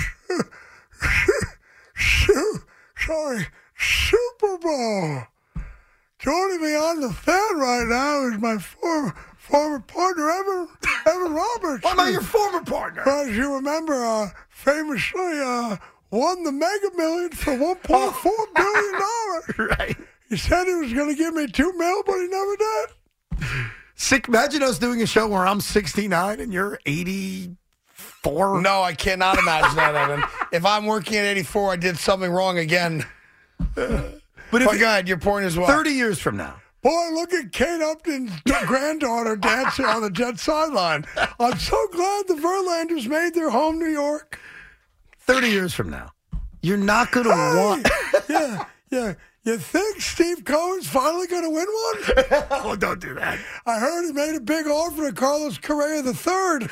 [SPEAKER 2] Su- Su- sorry, Super Bowl. Joining me on the fan right now is my former former partner Evan Evan Roberts.
[SPEAKER 3] What about your former partner?
[SPEAKER 2] Well, As you remember, uh, famously uh, won the Mega Million for one point four billion dollars.
[SPEAKER 3] Right.
[SPEAKER 2] He said he was going to give me two mil, but he never did.
[SPEAKER 3] Sick. Imagine us doing a show where I'm 69 and you're 84.
[SPEAKER 2] No, I cannot imagine that, Evan. If I'm working at 84, I did something wrong again.
[SPEAKER 3] but if
[SPEAKER 2] But God, your point is what?
[SPEAKER 3] 30 years from now.
[SPEAKER 2] Boy, look at Kate Upton's granddaughter dancing on the Jet sideline. I'm so glad the Verlanders made their home New York.
[SPEAKER 3] 30 years from now, you're not going to want.
[SPEAKER 2] yeah, yeah. You think Steve Cohen's finally going to win one?
[SPEAKER 3] oh, don't do that.
[SPEAKER 2] I heard he made a big offer to Carlos Correa the third.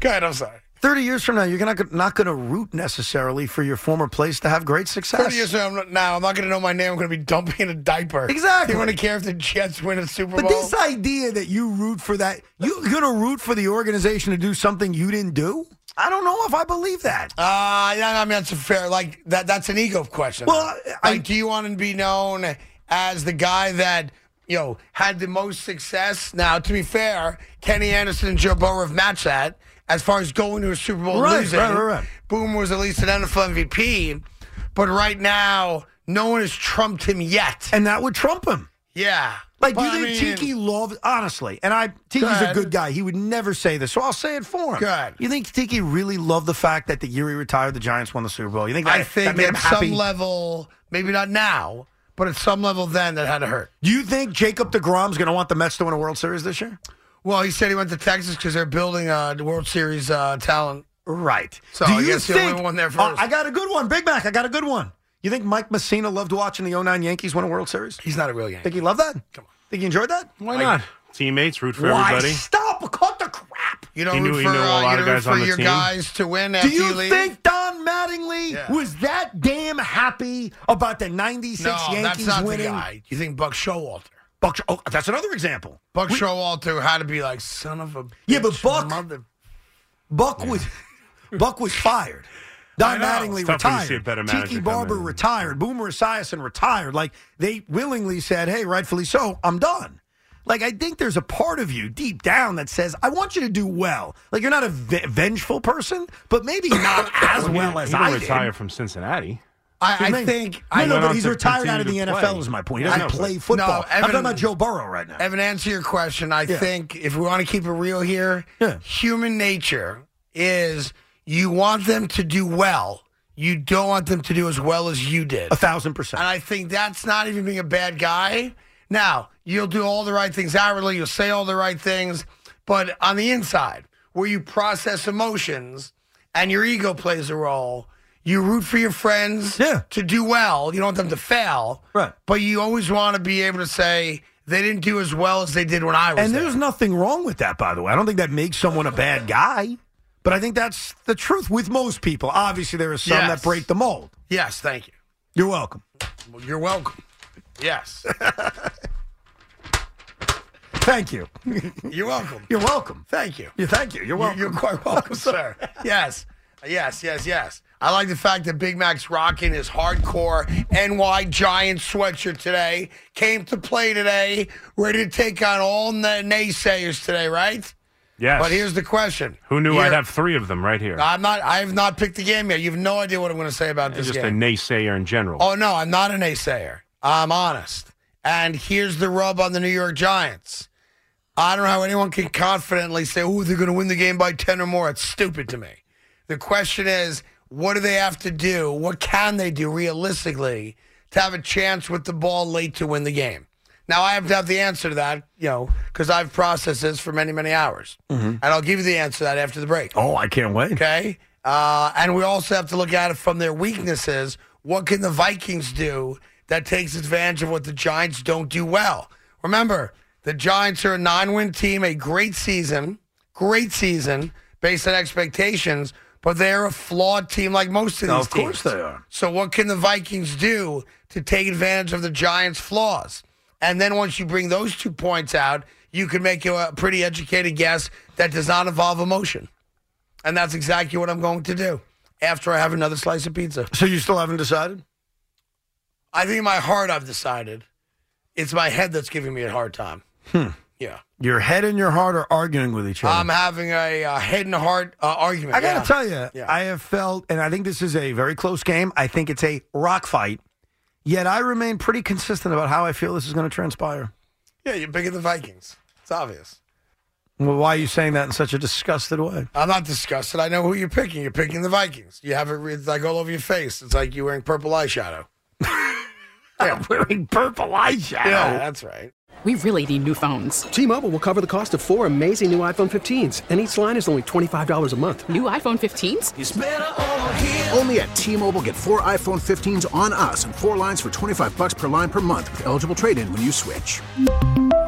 [SPEAKER 2] God, I'm sorry.
[SPEAKER 3] 30 years from now, you're not, not going to root necessarily for your former place to have great success.
[SPEAKER 2] Thirty years from now, I'm not going to know my name. I'm going to be dumping in a diaper.
[SPEAKER 3] Exactly.
[SPEAKER 2] You want to care if the Jets win a Super
[SPEAKER 3] But
[SPEAKER 2] Bowl?
[SPEAKER 3] this idea that you root for that, you're going to root for the organization to do something you didn't do? I don't know if I believe that.
[SPEAKER 2] Uh, yeah, I mean, that's a fair, like, that. that's an ego question.
[SPEAKER 3] Well,
[SPEAKER 2] like,
[SPEAKER 3] I-
[SPEAKER 2] do you want to be known as the guy that, you know, had the most success? Now, to be fair, Kenny Anderson and Joe Burrow have matched that as far as going to a Super Bowl and
[SPEAKER 3] Right,
[SPEAKER 2] losing.
[SPEAKER 3] right, right, right.
[SPEAKER 2] Boom was at least an NFL MVP, but right now, no one has trumped him yet.
[SPEAKER 3] And that would trump him.
[SPEAKER 2] yeah.
[SPEAKER 3] Like, do
[SPEAKER 2] But, I
[SPEAKER 3] you think
[SPEAKER 2] mean,
[SPEAKER 3] Tiki loves honestly? And I Tiki's
[SPEAKER 2] Go
[SPEAKER 3] a
[SPEAKER 2] ahead.
[SPEAKER 3] good guy. He would never say this, so I'll say it for him.
[SPEAKER 2] Good.
[SPEAKER 3] You think Tiki really loved the fact that the year he retired, the Giants won the Super Bowl? You think that,
[SPEAKER 2] I think
[SPEAKER 3] that made him
[SPEAKER 2] at some
[SPEAKER 3] happy?
[SPEAKER 2] level, maybe not now, but at some level then, that had to hurt.
[SPEAKER 3] Do you think Jacob Degrom's going to want the Mets to win a World Series this year?
[SPEAKER 2] Well, he said he went to Texas because they're building uh, the World Series uh, talent.
[SPEAKER 3] Right.
[SPEAKER 2] So
[SPEAKER 3] Do
[SPEAKER 2] I
[SPEAKER 3] you
[SPEAKER 2] guess he'll
[SPEAKER 3] think,
[SPEAKER 2] win one there
[SPEAKER 3] Oh,
[SPEAKER 2] first.
[SPEAKER 3] I got a good one, Big Mac. I got a good one. You think Mike Messina loved watching the 09 Yankees win a World Series?
[SPEAKER 2] He's not a real Yankee.
[SPEAKER 3] Think he loved that? Come on. Think he enjoyed that?
[SPEAKER 4] Why not? Teammates root for
[SPEAKER 3] Why
[SPEAKER 4] everybody.
[SPEAKER 3] stop? Cut the crap.
[SPEAKER 2] You don't
[SPEAKER 4] He knew-
[SPEAKER 2] root
[SPEAKER 4] he
[SPEAKER 2] for,
[SPEAKER 4] knew a
[SPEAKER 2] uh,
[SPEAKER 4] lot
[SPEAKER 2] you
[SPEAKER 4] of
[SPEAKER 2] don't root
[SPEAKER 4] guys
[SPEAKER 2] for
[SPEAKER 4] on the
[SPEAKER 2] your
[SPEAKER 4] team.
[SPEAKER 2] guys to win after
[SPEAKER 3] Do you
[SPEAKER 2] leave.
[SPEAKER 3] think Don Mattingly
[SPEAKER 2] Yeah.
[SPEAKER 3] was that damn happy about the '96
[SPEAKER 2] no,
[SPEAKER 3] Yankees
[SPEAKER 2] that's not
[SPEAKER 3] winning?
[SPEAKER 2] the guy. You think Buck Showalter?
[SPEAKER 3] Buck, oh, that's another example.
[SPEAKER 2] Buck Showalter had to be like son of a bitch,
[SPEAKER 3] Yeah, but Buck-
[SPEAKER 2] mother-
[SPEAKER 3] Buck was Buck was fired. Don
[SPEAKER 2] know.
[SPEAKER 3] Mattingly
[SPEAKER 4] It's tough when you
[SPEAKER 3] retired.
[SPEAKER 4] see a better manager
[SPEAKER 3] Tiki
[SPEAKER 4] come
[SPEAKER 3] Barber
[SPEAKER 4] in.
[SPEAKER 3] retired. Boomer Esiason retired. Like they willingly said, "Hey, rightfully so, I'm done." Like, I think there's a part of you deep down that says, I want you to do well. Like, you're not a ve- vengeful person, but maybe not as well as
[SPEAKER 4] he
[SPEAKER 3] I
[SPEAKER 4] didn't
[SPEAKER 3] did.
[SPEAKER 4] retire from Cincinnati.
[SPEAKER 3] I- I
[SPEAKER 4] He made-
[SPEAKER 3] think-
[SPEAKER 4] he
[SPEAKER 3] I know,
[SPEAKER 4] went
[SPEAKER 3] but
[SPEAKER 4] on
[SPEAKER 3] he's
[SPEAKER 4] to
[SPEAKER 3] retired
[SPEAKER 4] continue
[SPEAKER 3] out of
[SPEAKER 4] to
[SPEAKER 3] the
[SPEAKER 4] play.
[SPEAKER 3] NFL is my point. He
[SPEAKER 4] He
[SPEAKER 3] doesn't
[SPEAKER 4] doesn't
[SPEAKER 3] play
[SPEAKER 4] play.
[SPEAKER 3] football.
[SPEAKER 2] No,
[SPEAKER 3] I'm
[SPEAKER 2] Evan-
[SPEAKER 3] talking about Joe Burrow right now.
[SPEAKER 2] Evan, answer your question. I
[SPEAKER 3] Yeah.
[SPEAKER 2] think if we want to keep it real here, human nature is you want them to do well. You don't want them to do as well as you did.
[SPEAKER 3] A thousand percent.
[SPEAKER 2] And I think that's not even being a bad guy. Now, you'll do all the right things outwardly, you'll say all the right things, but on the inside, where you process emotions and your ego plays a role, you root for your friends to do well. You don't want them to fail.
[SPEAKER 3] Right.
[SPEAKER 2] But you always want to be able to say they didn't do as well as they did when I was
[SPEAKER 3] And
[SPEAKER 2] there.
[SPEAKER 3] there's nothing wrong with that, by the way. I don't think that makes someone a bad guy, but I think that's the truth with most people. Obviously, there are some
[SPEAKER 2] Yes.
[SPEAKER 3] that break the mold.
[SPEAKER 2] Yes, thank you.
[SPEAKER 3] You're welcome.
[SPEAKER 2] Well, you're welcome. Yes.
[SPEAKER 3] Thank you.
[SPEAKER 2] you're welcome.
[SPEAKER 3] You're welcome.
[SPEAKER 2] Thank you.
[SPEAKER 3] Yeah, thank you. You're welcome.
[SPEAKER 2] You're quite welcome, sir. Yes. Yes, yes, yes. I like the fact that Big Mac's rocking his hardcore NY Giant sweatshirt today. Came to play today, ready to take on all na- naysayers today, right?
[SPEAKER 4] Yes.
[SPEAKER 2] But here's the question.
[SPEAKER 4] Who knew I'd
[SPEAKER 2] Here-
[SPEAKER 4] have three of them right here?
[SPEAKER 2] I'm not I have not picked the game yet. You have no idea what I'm going to say about this
[SPEAKER 4] Just a
[SPEAKER 2] game.
[SPEAKER 4] naysayer in general.
[SPEAKER 2] Oh no, I'm not a naysayer. I'm honest. And here's the rub on the New York Giants. I don't know how anyone can confidently say, "Oh, they're going to win the game by ten or more." It's stupid to me. The question is, what do they have to do? What can they do realistically to have a chance with the ball late to win the game? Now, I have to have the answer to that, you know, because I've processed this for many, many hours, and I'll give you the answer to that after the break.
[SPEAKER 3] Oh, I can't wait.
[SPEAKER 2] Okay. Uh, and we also have to look at it from their weaknesses. What can the Vikings do that takes advantage of what the Giants don't do well? Remember, the Giants are a nine win team, a great season, great season based on expectations, but they're a flawed team like most of
[SPEAKER 3] No,
[SPEAKER 2] these
[SPEAKER 3] of course
[SPEAKER 2] teams.
[SPEAKER 3] they are.
[SPEAKER 2] So, what can the Vikings do to take advantage of the Giants' flaws? And then once you bring those two points out, you can make a pretty educated guess that does not involve emotion. And that's exactly what I'm going to do after I have another slice of pizza.
[SPEAKER 3] So you still haven't decided?
[SPEAKER 2] I think in my heart I've decided. It's my head that's giving me a hard time.
[SPEAKER 3] Hmm.
[SPEAKER 2] Yeah.
[SPEAKER 3] Your head and your heart are arguing with each other.
[SPEAKER 2] I'm having a uh, head and heart uh, argument.
[SPEAKER 3] I got to
[SPEAKER 2] yeah.
[SPEAKER 3] tell you,
[SPEAKER 2] Yeah.
[SPEAKER 3] I have felt, and I think this is a very close game. I think it's a rock fight. Yet I remain pretty consistent about how I feel this is going to transpire.
[SPEAKER 2] Yeah, you're bigger than Vikings. It's obvious.
[SPEAKER 3] Well, why are you saying that in such a disgusted way?
[SPEAKER 2] I'm not disgusted. I know who you're picking. You're picking the Vikings. You have it re- it's like all over your face. It's like you're wearing purple eyeshadow.
[SPEAKER 3] I'm wearing purple eyeshadow.
[SPEAKER 2] Yeah, Ah, that's right.
[SPEAKER 9] We really need new phones.
[SPEAKER 10] T-Mobile will cover the cost of four amazing new iPhone 15s, and each line is only $25 a month.
[SPEAKER 9] New iPhone 15s?
[SPEAKER 11] Only at T-Mobile, get four iPhone 15s on us and four lines for 25 bucks per line per month with eligible trade-in when you switch.